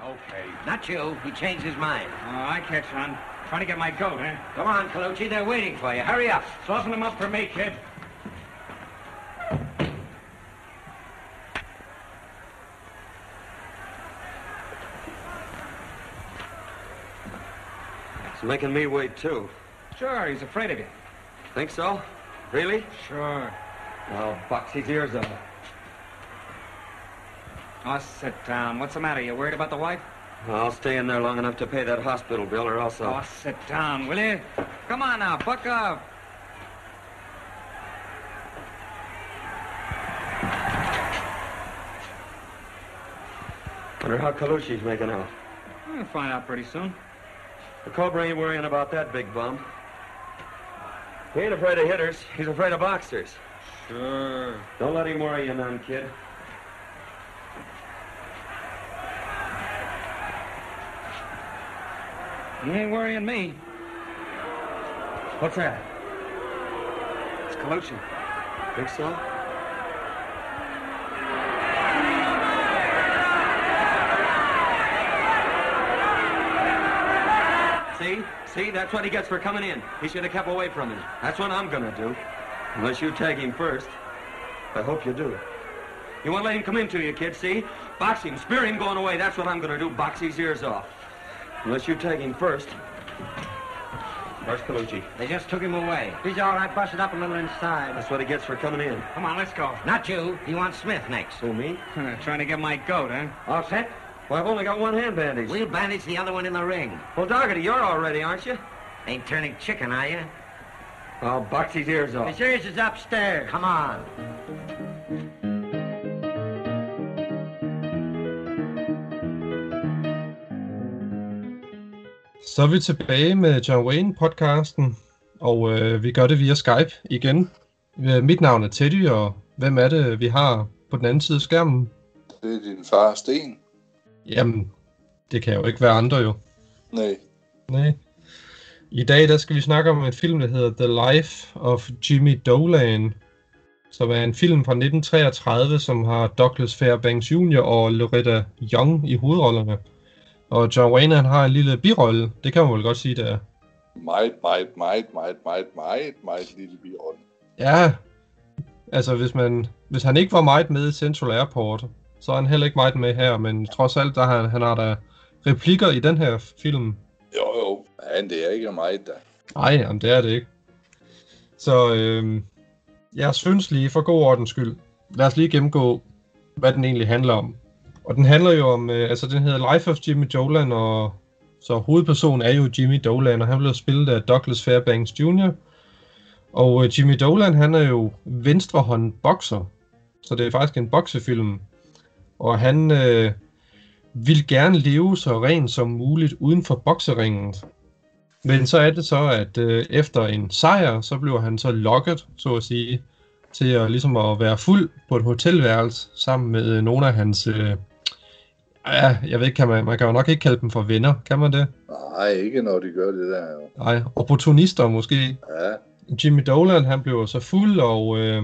Okay. Not you. He changed his mind. Oh, I catch on. Trying to get my goat, huh? Come on, Colucci. They're waiting for you. Hurry up. Soften them up for me, kid. It's making me wait, too. Sure, he's afraid of you. Think so? Really? Sure. I'll box his ears off. Oh, sit down. What's the matter? You worried about the wife? I'll stay in there long enough to pay that hospital bill, or else Oh, I'll. sit down, will you? Come on now, buck up. Wonder how Colucci's making out. We'll find out pretty soon. The Cobra ain't worrying about that big bum. He ain't afraid of hitters. He's afraid of boxers. Sure. Don't let him worry you none, kid. You ain't worrying me. What's that? It's Colucci. Think so? See? See? That's what he gets for coming in. He should have kept away from him. That's what I'm gonna do. Unless you tag him first. I hope you do. You won't let him come into you, kid, see? Box him, spear him going away. That's what I'm gonna do. Box his ears off. Unless you tag him first. Where's Colucci? They just took him away. He's all right. Busted up a little inside. That's what he gets for coming in. Come on, let's go. Not you. He wants Smith next. Who, me? Trying to get my goat, huh? All set? Well, I've only got one hand bandage. We'll bandage the other one in the ring. Well, Doggedy, you're all ready, aren't you? Ain't turning chicken, are you? I'll Oh, box his ears off. Sears is upstairs. Come on. Så er vi tilbage med John Wayne-podcasten, og øh, vi gør det via Skype igen. Øh, Mit navn er Teddy, og hvem er det, vi har på den anden side af skærmen? Det er din far, Sten. Jamen, det kan jo ikke være andre jo. Nej. Nej. I dag der skal vi snakke om en film, der hedder The Life of Jimmy Dolan, som er en film fra 1933, som har Douglas Fairbanks Jr. og Loretta Young i hovedrollerne. Og John Wayne han har en lille birolle, det kan man vel godt sige, der. Meget, meget, meget, meget, meget, meget, meget lille birolle. Ja, altså hvis, man, hvis han ikke var meget med i Central Airport, så er han heller ikke meget med her, men trods alt, der har han, han har der replikker i den her film. Jo, jo. Men det er ikke meget, da. Nej, jamen det er det ikke. Så øhm, jeg synes lige, for god ordens skyld, lad os lige gennemgå, hvad den egentlig handler om. Og den handler jo om, øh, altså den hedder Life of Jimmy Dolan, og så hovedpersonen er jo Jimmy Dolan, og han blev spillet af Douglas Fairbanks Jr. Og øh, Jimmy Dolan, han er jo venstrehånd bokser, så det er faktisk en boksefilm. Og han øh, vil gerne leve så rent som muligt uden for bokseringen. Men så er det så, at øh, efter en sejr, så bliver han så lokket, så at sige, til at, ligesom at være fuld på et hotelværelse sammen med øh, nogle af hans... Øh, ja, jeg ved ikke, kan man, man kan jo nok ikke kalde dem for venner, kan man det? Nej, ikke når de gør det der. Jo. Nej, opportunister måske. Ja, Jimmy Dolan, han bliver så fuld, og øh,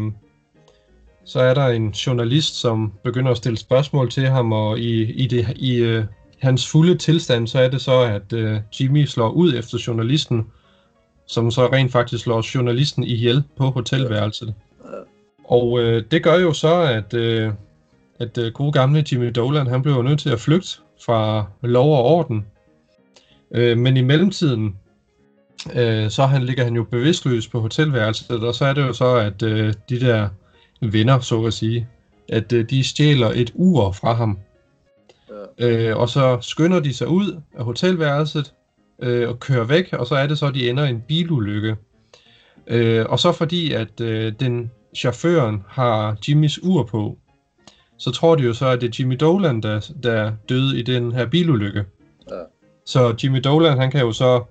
så er der en journalist, som begynder at stille spørgsmål til ham, og i, i, det, i øh, hans fulde tilstand, så er det så, at øh, Jimmy slår ud efter journalisten, som så rent faktisk slår journalisten ihjel på hotelværelset. Og øh, det gør jo så, at, øh, at øh, gode gamle Jimmy Dolan, han bliver jo nødt til at flygte fra lov og orden. Øh, men i mellemtiden, øh, så han, ligger han jo bevidstløs på hotelværelset, og så er det jo så, at øh, de der venner, så at sige, at øh, de stjæler et ur fra ham. Øh, og så skynder de sig ud af hotelværelset øh, og kører væk, og så er det så, at de ender i en bilulykke. Øh, og så fordi, at øh, den chaufføren har Jimmys ur på, så tror de jo så, at det er Jimmy Dolan, der, der døde i den her bilulykke. Ja. Så Jimmy Dolan, han kan jo så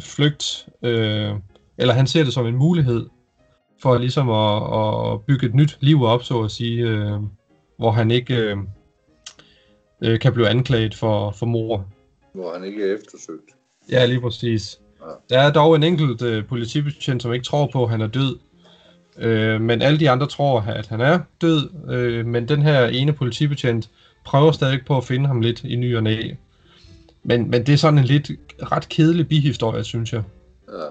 flygte, øh, eller han ser det som en mulighed for ligesom at, at bygge et nyt liv op, så at sige, øh, hvor han ikke... Øh, øh, kan blive anklaget for, for mor. hvor han ikke er eftersøgt. Ja, lige præcis. Ja. Der er dog en enkelt øh, politibetjent, som ikke tror på, at han er død. Øh, men alle de andre tror, at han er død. Øh, men den her ene politibetjent, prøver stadig på at finde ham lidt i ny og næ. Men, men det er sådan en lidt ret kedelig bihistorie, synes jeg. Ja.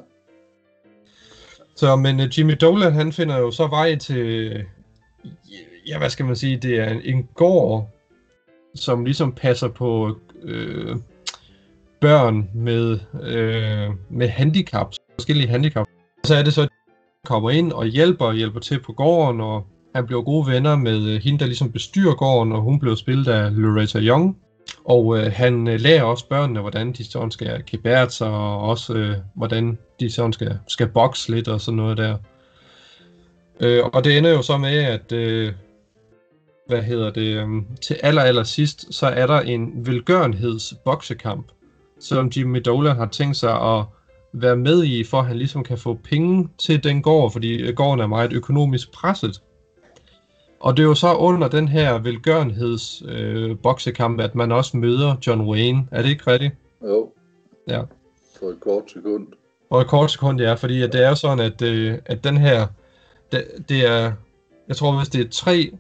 Så, men øh, Jimmy Dolan, han finder jo så vej til, ja, hvad skal man sige, det er en, en gård, som ligesom passer på øh, børn med, øh, med handicaps, forskellige handicaps. Så er det så, at de kommer ind og hjælper, hjælper til på gården, og han bliver gode venner med øh, hende, der ligesom bestyrer gården, og hun bliver spillet af Loretta Young. Og øh, han øh, lærer også børnene, hvordan de sådan skal gebære sig, og også øh, hvordan de sådan skal, skal bokse lidt og sådan noget der. Øh, og det ender jo så med, at øh, hvad hedder det, øhm, til aller, aller sidst, så er der en velgørenhedsboksekamp, som Jimmy Dolan har tænkt sig at være med i, for at han ligesom kan få penge til den gård, fordi øh, gården er meget økonomisk presset. Og det er jo så under den her velgørenhedsboksekamp, øh, boksekamp, at man også møder John Wayne. Er det ikke rigtigt? Jo, Ja. for et kort sekund. Og et kort sekund, ja, fordi at det er jo sådan, at, øh, at den her, det, det er, jeg tror, hvis det er tre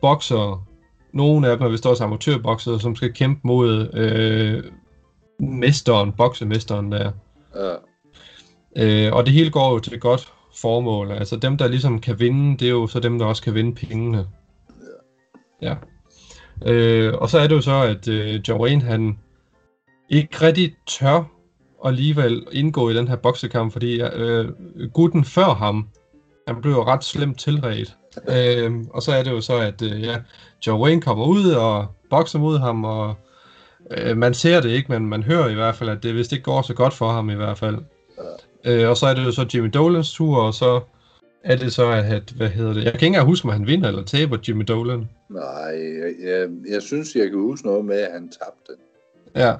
boksere, nogle af dem er vist også amatørboksere, som skal kæmpe mod øh, mesteren, boksemesteren der. Ja, Øh, og det hele går jo til et godt formål. Altså dem, der ligesom kan vinde, det er jo så dem, der også kan vinde pengene. Ja. Øh, og så er det jo så, at øh, John Wayne, han ikke rigtig tør alligevel indgå i den her boksekamp, fordi øh, gutten før ham, han blev jo ret slemt tilredt. Øh, og så er det jo så, at øh, ja, John Wayne kommer ud og bokser mod ham, og øh, man ser det ikke, men man hører i hvert fald, at det vist ikke går så godt for ham i hvert fald. Øh, og så er det jo så Jimmy Dolans tur, og så er det så, at, at hvad hedder det, jeg kan ikke engang huske, om han vinder eller taber Jimmy Dolan. nej, jeg, jeg, jeg synes, jeg kan huske noget med, at han tabte. Ja,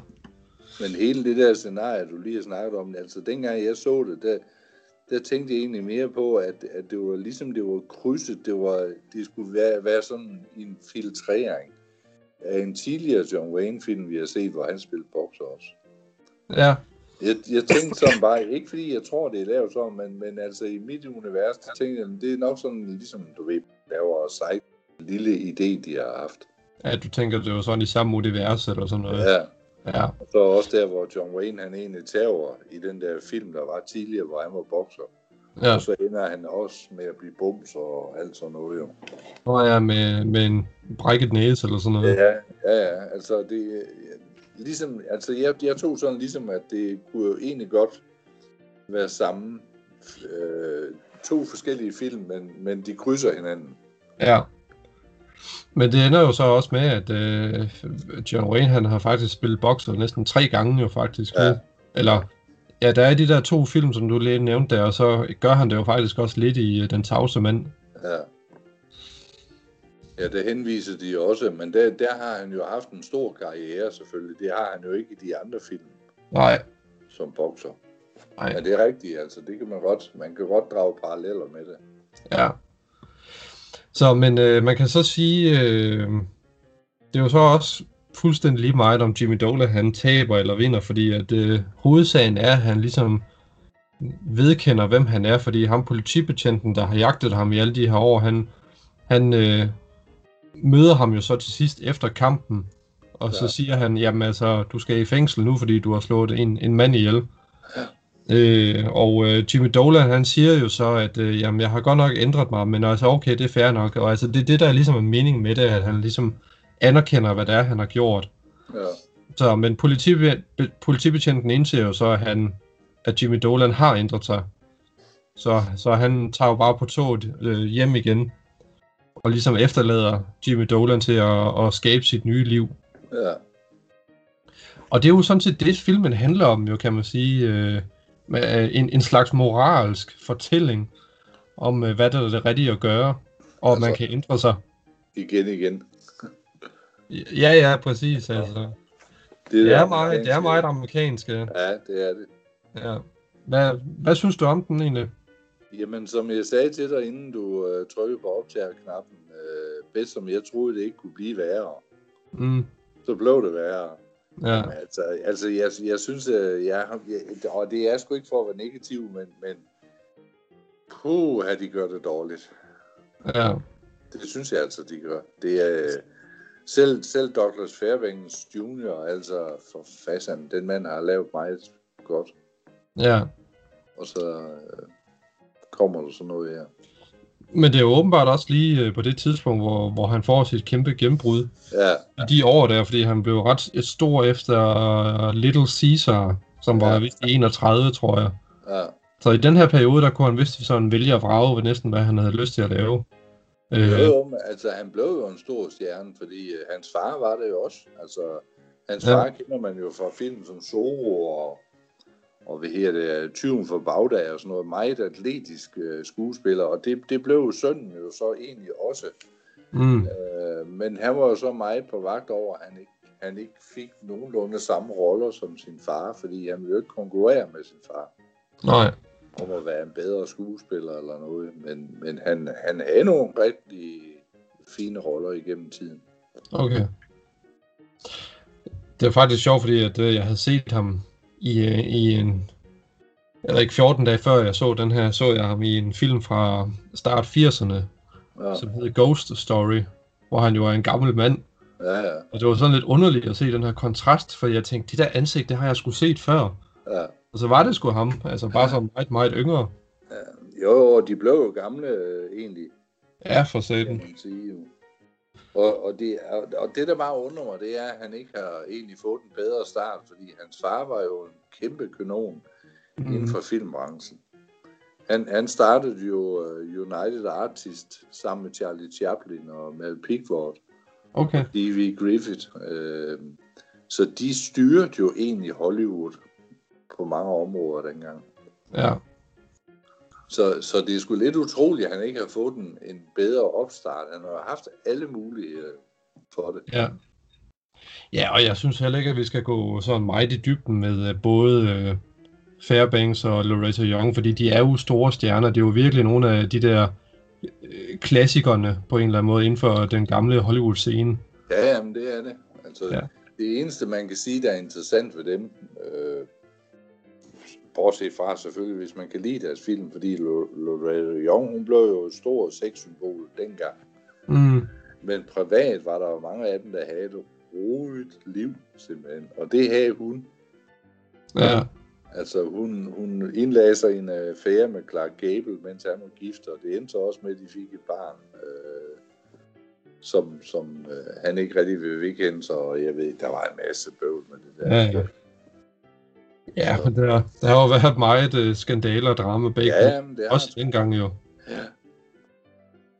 Men hele det der scenarie, du lige har snakket om, altså dengang jeg så det, der, der tænkte jeg egentlig mere på, at, at det var ligesom det var krydset, det, var, det skulle være, være sådan en filtrering af en tidligere John Wayne-film, vi har set, hvor han spillede bokser også. ja, Jeg, jeg tænkte sådan bare, ikke fordi jeg tror, det er lavet sådan, men, men altså i mit univers, der tænkte jeg, det er nok sådan, ligesom du ved, laver sejt lille idé, de har haft. ja, du tænker, det var sådan i samme univers eller sådan noget. Ja, Ja, og så også der, hvor John Wayne, han egentlig tager i den der film, der var tidligere, hvor han var bokser. ja. Og så ender han også med at blive bums og alt sådan noget jo. Nå ja, med, med en brækket næse eller sådan noget. Ja, ja, ja. Altså, det, øh, ligesom, altså jeg, jeg tog sådan ligesom, at det kunne jo egentlig godt være samme øh, to forskellige film, men, men de krydser hinanden. Ja. Men det ender jo så også med, at øh, John Wayne han har faktisk spillet bokser næsten tre gange jo faktisk. Ja. ikke? Eller, ja, der er de der to film, som du lige nævnte der, og så gør han det jo faktisk også lidt i øh, Den tavse mand. Ja. Ja, det henviser de jo også, men der, der har han jo haft en stor karriere selvfølgelig. Det har han jo ikke i de andre film Nej, som bokser. Nej. Men det er rigtigt, altså det kan man godt, man kan godt drage paralleller med det. Ja. Så, men øh, man kan så sige, øh, det er jo så også fuldstændig lige meget, om Jimmy Dolan han taber eller vinder, fordi at øh, hovedsagen er, at han ligesom vedkender, hvem han er, fordi ham politibetjenten, der har jagtet ham i alle de her år, han, han øh, møder ham jo så til sidst efter kampen, og ja. Ja. så siger han, jamen altså, du skal i fængsel nu, fordi du har slået en, en mand ihjel. Øh, og øh, Jimmy Dolan, han siger jo så, at øh, jamen, jeg har godt nok ændret mig, men altså okay, det er fair nok. Og altså, det er det, der er ligesom er meningen med det, at han ligesom anerkender, hvad det er, han har gjort. Ja, Så, men politibe- be- politibetjenten indser jo så, at, han, at Jimmy Dolan har ændret sig. Så, så han tager jo bare på toget øh, hjem igen, og ligesom efterlader Jimmy Dolan til at, at skabe sit nye liv. ja, Og det er jo sådan set det, filmen handler om, jo, kan man sige. Øh, med, øh, en, en slags moralsk fortælling om, øh, hvad der er det rigtige at gøre, og altså, man Altså- kan ændre sig. igen igen. Ja, ja, præcis. Altså. Det er meget, det er meget amerikansk. ja. Ja, det er det. Ja. Hvad, hvad synes du om den egentlig? Jamen, som jeg sagde til dig, inden du øh, trykkede på optagerknappen, øh, bedst som jeg troede, det ikke kunne blive værre, Mm, så blev det værre. ja, Altså, altså jeg, jeg synes, øh, jeg, har- jeg, og det er sgu ikke for at være negativ, men, men puh, de gør det dårligt. ja, Det synes jeg altså, de gør. Det er, Selv, selv Douglas Fairbanks Jr., altså for fasen, den mand har lavet meget godt. Ja. Og så øh, kommer der sådan noget her. Men det er jo åbenbart også lige øh, på det tidspunkt, hvor, hvor han får sit kæmpe gennembrud. Ja, I de år der, fordi han blev ret stor efter øh, Little Caesar, som var Ja. vist i 31, tror jeg. ja. Så i den her periode, der kunne han vist sådan vælge at vrage ved næsten, hvad han havde lyst til at lave. Øh, Jo, jo, men altså han blev jo en stor stjerne, fordi øh, hans far var det jo også. Altså, hans Ja. far kender man jo fra film som Zorro og, og hvad her det, øh, Tyven for Bagdad og sådan noget. Meget atletisk øh, skuespiller, og det, det blev jo sønnen jo så egentlig også. mm, Øh, men han var jo så meget på vagt over, at han ikke, han ikke fik nogenlunde samme roller som sin far, fordi han ville jo ikke konkurrere med sin far nej, om at være en bedre skuespiller eller noget, men, men han, han havde nogle rigtig fine roller igennem tiden. okay. Det er faktisk sjovt, fordi at, øh, jeg havde set ham i, øh, i en... Eller ikke 14 dage før jeg så den her, så jeg ham i en film fra start 80'erne, Ja, som hedder Ghost Story, hvor han jo er en gammel mand, ja, ja. Og det var sådan lidt underligt at se den her kontrast, for jeg tænkte, det der ansigt, det har jeg sgu set før. ja. Og så var det sgu ham, altså bare som meget, meget yngre. Jo, og de blev jo gamle øh, egentlig, Ja, for kan satan. man sige. jo. Og, og, det, og, og det, der bare undrer mig, det er, at han ikke har egentlig fået en bedre start, fordi hans far var jo en kæmpe kanon mm. inden for filmbranchen. Han, han startede jo øh, United Artists sammen med Charlie Chaplin og Mel Pickford. Okay, D.V. Griffith. Øh, så de styrede jo egentlig Hollywood på mange områder dengang. ja. Så, så det er sgu lidt utroligt, at han ikke har fået en, en bedre opstart. Han har haft alle muligheder for det. Ja. Ja, og jeg synes heller ikke, at vi skal gå sådan meget i dybden med øh, både øh, Fairbanks og Loretta Young, fordi de er jo store stjerner. Det er jo virkelig nogle af de der øh, klassikerne på en eller anden måde inden for den gamle Hollywood-scene. Ja, jamen det er det. Altså, Ja. ja. Det eneste, man kan sige, der er interessant ved dem, øh, bortset fra selvfølgelig, hvis man kan lide deres film, fordi Lo- Loretta Young, hun blev jo et stort sexsymbol dengang. Mm, Men privat var der jo mange af dem, der havde et roligt liv, simpelthen. Og det havde hun. ja. Altså, hun, hun indlagde sig i en øh, affære med Clark Gable, mens han var gift, og det endte så også med, at de fik et barn, øh, som, som øh, han ikke rigtig ville vedkende sig, og jeg ved, der var en masse bøvl med det der. Ja, ja. Ja, men der, der har jo været meget øh, skandaler og drama bag ja ja, jamen, det også har, dengang jo.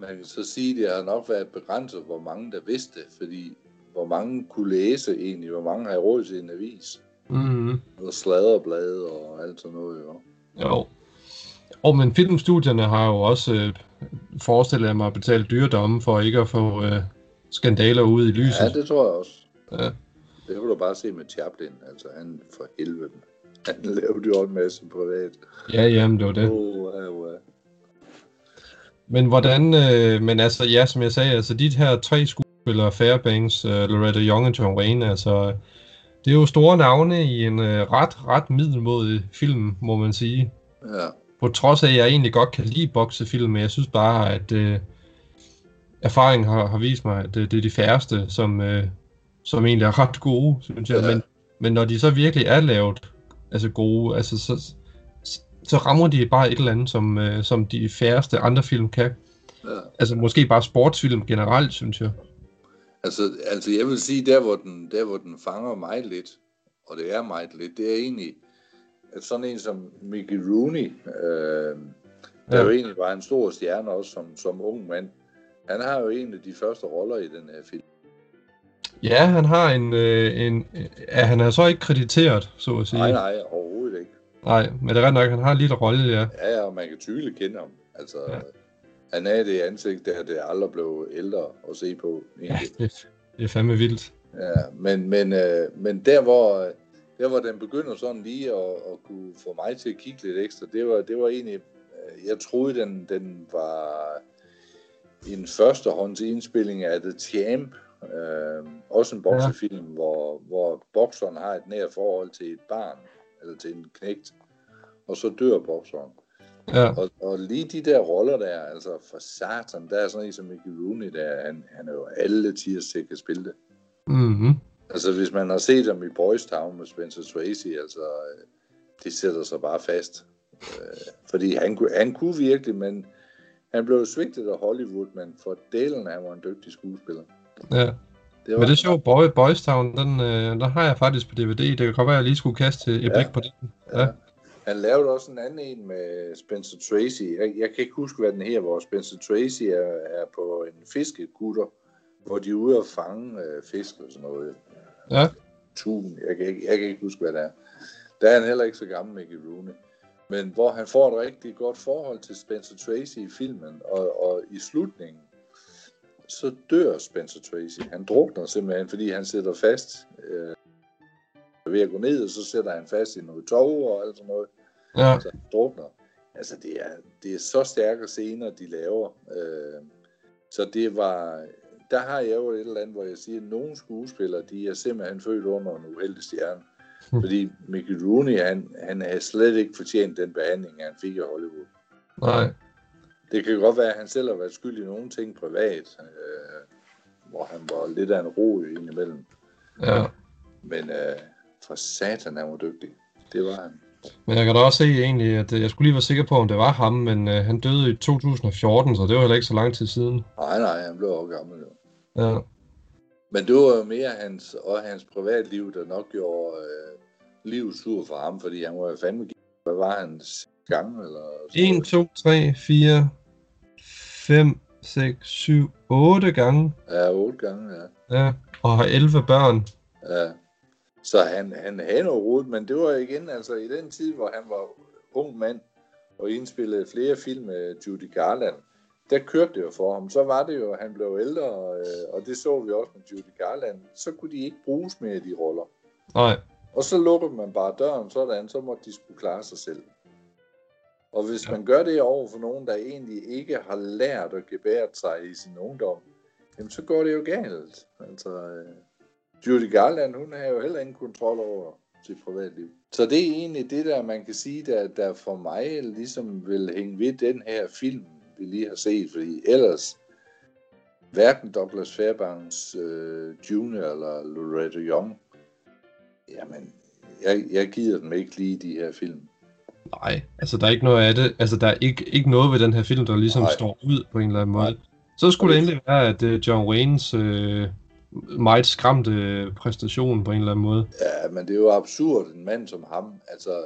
man kan så sige, det har nok været begrænset, hvor mange der vidste, fordi hvor mange kunne læse egentlig, hvor mange havde råd til en avis, Mm-hmm. og sladderblade og alt sådan noget, jo. Jo. Og men filmstudierne har jo også øh, forestillet mig at betale dyredomme for ikke at få øh, skandaler ud i Ja, lyset. det tror jeg også. Ja. Det kan du bare se med Chaplin. Altså, han for helvede. mand. Han lavede jo en masse privat. Ja, jamen det var Ja. det. Oh, ja, ja. Men hvordan, øh, men altså ja, som jeg sagde, altså de her tre skuespillere, Fairbanks, øh, Loretta Young og John Wayne, altså øh, det er jo store navne i en øh, ret, ret middelmodig film, må man sige. ja. på trods af, at jeg egentlig godt kan lide boksefilm, men jeg synes bare, at øh, erfaringen har, har vist mig, at øh, det er de færreste, som, øh, som egentlig er ret gode, synes jeg. Ja. Men, men når de så virkelig er lavet altså gode, altså, så, så rammer de bare et eller andet, som, øh, som de færreste andre film kan. ja. Altså måske bare sportsfilm generelt, synes jeg. Altså, altså, jeg vil sige, der hvor, den, der hvor den fanger mig lidt, og det er mig lidt, det er egentlig, at sådan en som Mickey Rooney, øh, der Ja. ja. jo egentlig var en stor stjerne også som, som ung mand, han har jo en af de første roller i den her film. Ja, han har en... Øh, en ja, han er så ikke krediteret, så at sige. Nej, nej, overhovedet ikke. nej men det er ret nok, han har en lille rolle, ja. Ja, ja, og man kan tydeligt kende ham. Altså, Ja. ja. han er det ansigt, der det aldrig blev ældre at se på. Ja, egentlig. det, det er fandme vildt. Ja, men, men, øh, men der, hvor, øh, der, hvor den begynder sådan lige at, at kunne få mig til at kigge lidt ekstra, det var, det var egentlig, øh, jeg troede, den, den var en førstehånds indspilling af The Champ, øh, også en boksefilm, ja. hvor, hvor bokseren har et nært forhold til et barn, eller til en knægt, og så dør bokseren. Ja, Og, og lige de der roller der, altså for satan, der er sådan en som Mickey Rooney der, han, han er jo alle tiers til at kan spille det. mm-hmm. Altså hvis man har set ham i Boys Town med Spencer Tracy, altså øh, det sætter sig bare fast. Øh, fordi han, kunne- han kunne virkelig, men han blev jo svigtet af Hollywood, men for delen han var en dygtig skuespiller. ja. var Men det han. er sjovt, Boy, Boys Town, den, øh, der har jeg faktisk på DVD. Det kan godt være, at jeg lige skulle kaste et Ja. blik på den. Ja. Han lavede også en anden en med Spencer Tracy. Jeg, jeg kan ikke huske, hvad den her, hvor Spencer Tracy er, er på en fiskekutter, hvor de er ude og fange øh, fisk og sådan noget. Ja. Tun, jeg kan, ikke, jeg kan ikke huske, hvad det er. Der er han heller ikke så gammel, Mickey Rooney. Men hvor han får et rigtig godt forhold til Spencer Tracy i filmen, og, og i slutningen, så dør Spencer Tracy. Han drukner simpelthen, fordi han sidder fast øh, ved at gå ned, og så sætter han fast i noget tov og alt sådan noget ja. altså, drukner. Altså, det er, det er så stærke scener, de laver. Øh, så det var... Der har jeg jo et eller andet, hvor jeg siger, at nogle skuespillere, de er simpelthen født under en uheldig stjerne. Hmm. Fordi Mickey Rooney, han, han havde slet ikke fortjent den behandling, han fik af Hollywood. Nej. Det kan godt være, at han selv har været skyld i nogle ting privat, øh, hvor han var lidt af en ro indimellem. Ja. Men øh, for satan, han var dygtig. Det var han. Men jeg kan da også se egentlig, at øh, jeg skulle lige være sikker på, om det var ham, men øh, han døde i 2014, så det var heller ikke så lang tid siden. Nej, nej, han blev også gammel jo. Ja. Men det var jo mere hans og hans privatliv, der nok gjorde øh, livet sur for ham, fordi han var jo fandme gift. Hvad var hans gang? Eller sådan 1, noget? 2, 3, 4, 5, 6, 7, 8 gange. Ja, otte gange, ja. Ja. Og har 11 børn. ja. Så han, han havde noget rodet, men det var igen altså i den tid, hvor han var ung mand og indspillede flere film med Judy Garland, der kørte det jo for ham. Så var det jo, at han blev ældre, og, øh, og det så vi også med Judy Garland. Så kunne de ikke bruges mere i de roller. Nej. Og så lukker man bare døren sådan, så måtte de skulle klare sig selv. Og hvis ja. man gør det over for nogen, der egentlig ikke har lært at gebære sig i sin ungdom, jamen så går det jo galt. Altså, øh, Judy Garland, hun har jo heller ingen kontrol over sit privatliv. Så det er egentlig det der, man kan sige, der, der for mig ligesom vil hænge ved den her film, vi lige har set, fordi ellers hverken Douglas Fairbanks øh, Jr. eller Loretta Young Jamen, jeg, jeg gider dem ikke lige de her film. Nej. Altså, der er ikke noget af det. Altså, der er ikke, ikke noget ved den her film, der ligesom Nej. Nej. står ud på en eller anden måde. Nej. Så skulle det endelig være, at øh, John Waynes øh, meget skræmte øh, præstation på en eller anden måde. Ja, men det er jo absurd, en mand som ham. Altså,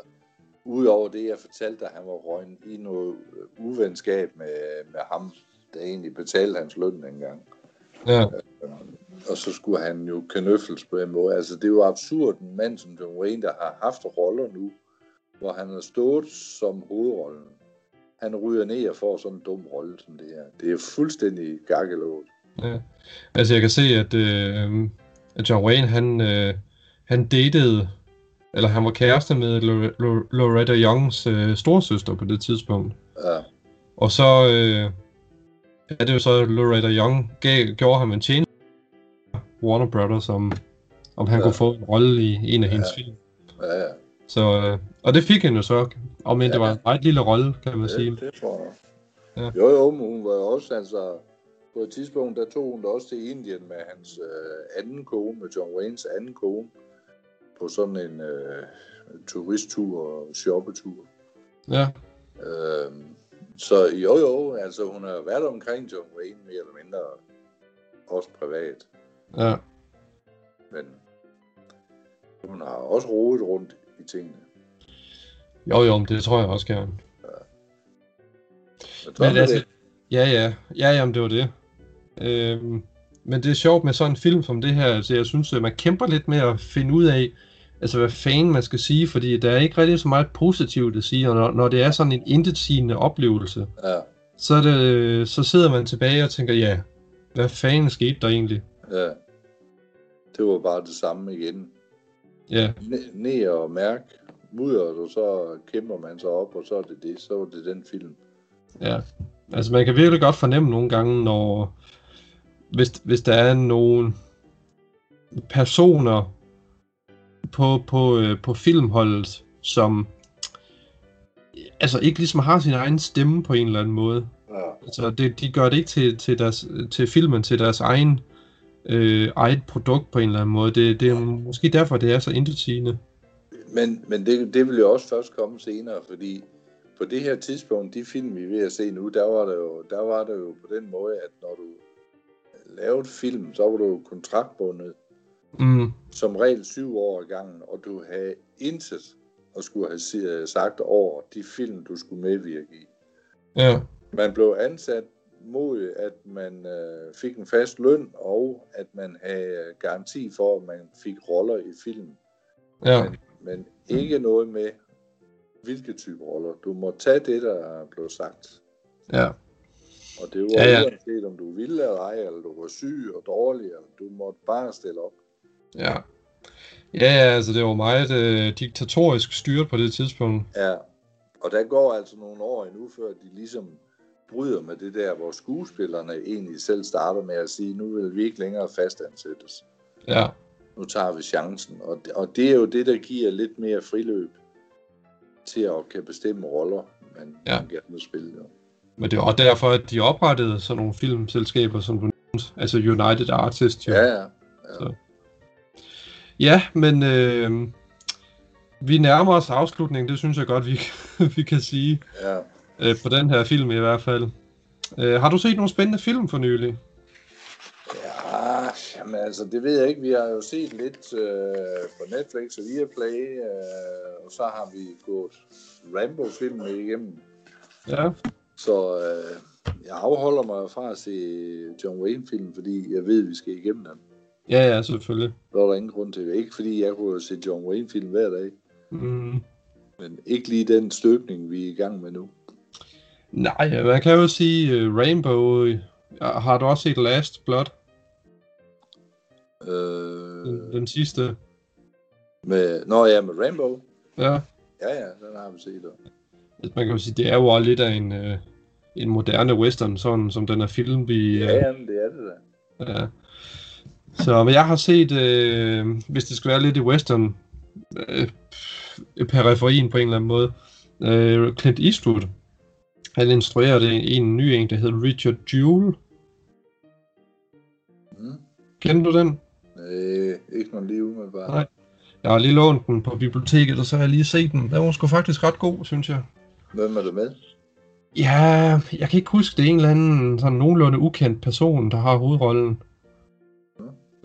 udover det, jeg fortalte dig, han var røgen i noget øh, uvenskab med, med ham, der egentlig betalte hans løn dengang. Ja. Og så skulle han jo knøffels på en måde. Altså, det er jo absurd, en mand som John Wayne, der har haft roller nu, hvor han har stået som hovedrollen. Han ryger ned og får sådan en dum rolle som det her. Det er fuldstændig gakkelåt. Altså, jeg kan se, at, øh, at John Wayne, han, øh, han datede, eller han var kæreste med Lore- Lore- Loretta Youngs øh, storsøster på det tidspunkt. Ja, Og så øh, er det jo så, at Loretta Young gav, gjorde ham en tjeneste Warner Brothers, om, om han ja. Ja. kunne få en rolle i en af ja. hendes film. ja, ja. Så, øh, og det fik han jo så, om end ja. Ja. det var en meget lille rolle, kan man sige. Det, det tror jeg. Ja. Jo, jo, men hun var jo også, altså, på et tidspunkt, der tog hun da også til Indien med hans øh, anden kone, med John Waynes anden kone, på sådan en øh, turisttur og shoppetur. Ja, Øh, så jo, jo, altså, hun har været omkring John Wayne, mere eller mindre, også privat. ja. Men hun har også rodet rundt i tingene. Jo, jo, men det tror jeg også gerne. Men sådan Men er altså, det. ja, ja. Ja, jamen, det var det. Øhm, men det er sjovt med sådan en film som det her. Altså, jeg synes, at man kæmper lidt med at finde ud af, altså, hvad fanden man skal sige, fordi der er ikke rigtig så meget positivt at sige, og når, når det er sådan en intetsigende oplevelse, Ja, så, er det, så sidder man tilbage og tænker, ja, hvad fanden skete der egentlig? ja. Det var bare det samme igen. Ja, Ne- ned og mærke mudderet, og så kæmper man sig op, og så er det det, så er det den film. ja. Altså, man kan virkelig godt fornemme nogle gange, når, hvis, hvis der er nogle personer på, på, øh, på filmholdet, som altså ikke ligesom har sin egen stemme på en eller anden måde. Ja. Altså, det, de gør det ikke til, til, deres, til filmen, til deres egen, øh, eget produkt på en eller anden måde. Det, det er måske derfor, det er så intetsigende. Men, men det, det vil jo også først komme senere, fordi på det her tidspunkt, de film, vi er ved at se nu, der var det jo, der var det jo på den måde, at når du lavede film, så var du jo kontraktbundet Mm, som regel syv år ad gangen, og du havde intet at skulle have si- sagt over de film, du skulle medvirke i. ja, Man blev ansat mod, at man øh, fik en fast løn, og at man havde øh, garanti for, at man fik roller i film. ja, Men ikke noget med, hvilke type roller. Du må tage det, der blev sagt. ja. Og det var Ja, ja, ja. ja. uanset, om du ville eller ej, eller du var syg og dårlig, eller du måtte bare stille op. Ja. Ja, ja, altså det var meget øh, diktatorisk styret på det tidspunkt. Ja, og der går altså nogle år endnu, før de ligesom bryder med det der, hvor skuespillerne egentlig selv starter med at sige, nu vil vi ikke længere fastansættes. Ja, Nu tager vi chancen. Og det, og det er jo det, der giver lidt mere friløb til at kan bestemme roller, man, Ja. ja. man gerne vil spille. Jo. men det var også derfor, at de oprettede sådan nogle filmselskaber, som du nævnte, altså United Artists. Jo. Ja, ja. ja men øh, vi nærmer os afslutningen, det synes jeg godt, vi, kan- vi kan sige ja. øh, på den her film i hvert fald. Øh, har du set nogle spændende film for nylig? Ja, jamen altså, det ved jeg ikke. Vi har jo set lidt øh, på Netflix og Viaplay, øh, og så har vi gået Rambo-filmen igennem. Ja, Så øh, jeg afholder mig fra at se John Wayne-film, fordi jeg ved, at vi skal igennem den. ja, ja selvfølgelig. Der er der ingen grund til det. Ikke fordi jeg kunne se John Wayne-film hver dag, Mm. men ikke lige den støbning, vi er i gang med nu. Nej, man kan jo sige uh, Rainbow. øh, Har du også set Last Blood, den, Øh, den sidste? med, når jeg er med Rambo. Ja. Ja, ja, den har vi set. og- Altså, man kan jo sige, det er jo også lidt af en, øh, en moderne western, sådan som den er filmet i... Ja, Øh, jamen, det er det da. ja. Så men jeg har set, øh, hvis det skal være lidt i western, øh, periferien på en eller anden måde, øh, Clint Eastwood, han instruerede en, en ny en, der hedder Richard Jewell. Mm. Kender du den? Øh, ikke nogen lige umiddelbart. Nej. Jeg har lige lånt den på biblioteket, og så har jeg lige set den. Den var sgu faktisk ret god, synes jeg. Hvem er du med? Ja, jeg kan ikke huske, det er en eller anden sådan nogenlunde ukendt person, der har hovedrollen.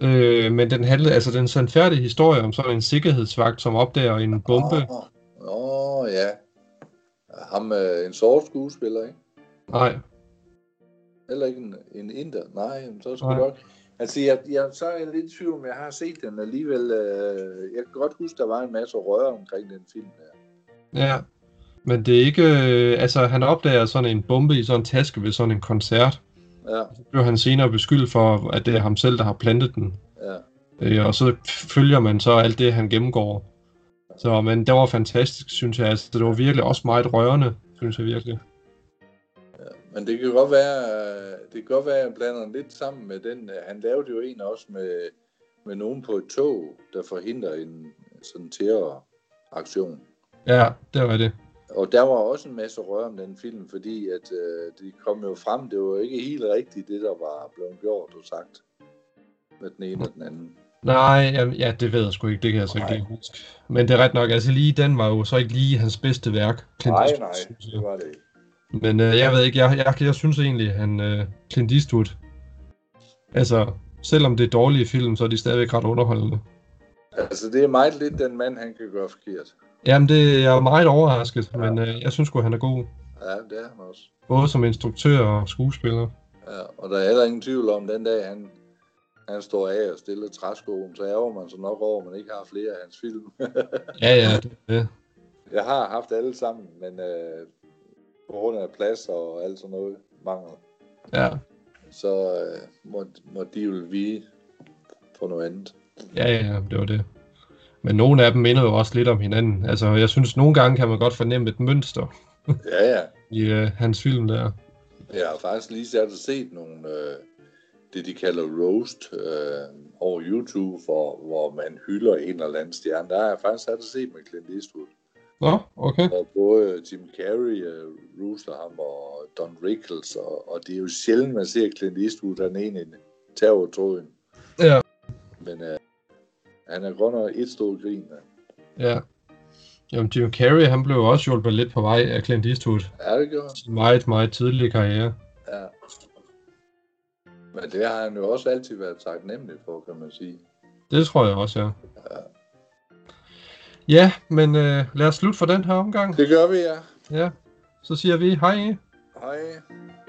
Øh, men den handlede, altså den sandfærdige historie om sådan en sikkerhedsvagt, som opdager en bombe. Åh, oh, oh, ja. Ham øh, en sort skuespiller, ikke? Nej, Heller ikke en, en inder. Nej, men så skulle Nej. nok. Altså, jeg, jeg, så er jeg lidt i tvivl, om jeg har set den alligevel. Øh, jeg kan godt huske, der var en masse røre omkring den film der. ja. Men det er ikke, øh, altså han opdager sådan en bombe i sådan en taske ved sådan en koncert. Ja, Så bliver han senere beskyldt for, at det er ham selv, der har plantet den. ja. Øh, og så følger man så alt det, han gennemgår. Så, men det var fantastisk, synes jeg. Altså, det var virkelig også meget rørende, synes jeg virkelig. Men det kan godt være, øh, det kan godt være, at jeg blander den lidt sammen med den. øh, Han lavede jo en også med, med nogen på et tog, der forhindrer en sådan terroraktion. Ja, det var det. Og der var også en masse rør om den film, fordi at øh, det kom jo frem, det var jo ikke helt rigtigt, det der var blevet gjort og sagt med den ene og den anden. Nej, ja, ja, det ved jeg sgu ikke, det kan jeg så ikke lige huske. Men det er ret nok, altså lige den var jo så ikke lige hans bedste værk. Clint Nej, Eastwood, nej, synes jeg. det var det ikke. Men øh, jeg ved ikke, jeg, jeg, jeg synes egentlig, han øh, Clint Eastwood, altså selvom det er dårlige film, så er de stadigvæk ret underholdende. Altså, det er meget lidt den mand, han kan gøre forkert. Jamen, det, jeg er meget overrasket, men øh, jeg synes sgu, han er god. Ja, det er han også. Både som instruktør og skuespiller. Ja, og der er heller ingen tvivl om, den dag han, han står af og stiller træskoen, så ærger man sig nok over, at man ikke har flere af hans film. Ja, ja, det, er det. jeg har haft alle sammen, men øh, på grund af plads og alt sådan noget, mangel. ja. så øh, må, må de jo vige på noget andet. Ja, ja, det var det. Men nogle af dem minder jo også lidt om hinanden. Altså, jeg synes, nogle gange kan man godt fornemme et mønster. Ja, ja. i øh, hans film der. Jeg har faktisk lige sat og set nogle, øh, det de kalder roast øh, over YouTube, hvor, hvor man hylder en eller anden stjerne. Der har jeg faktisk sat og set med Clint Eastwood. Nå, okay. Og både Jim Carrey, øh, Rooster ham og Don Rickles, og, og det er jo sjældent, man ser Clint Eastwood, han egentlig tager over tråden. Ja. Men øh, han er godt nok et stort grin, mand. Ja. Jamen, Jim Carrey, han blev jo også hjulpet lidt på vej af Clint Eastwood. Er det gjort? Sin meget, meget tidlige karriere. Ja. Men det har han jo også altid været taknemmelig for, kan man sige. Det tror jeg også, ja. Ja, men øh, lad os slutte for den her omgang. Det gør vi, ja. Ja. Så siger vi hej. Hej.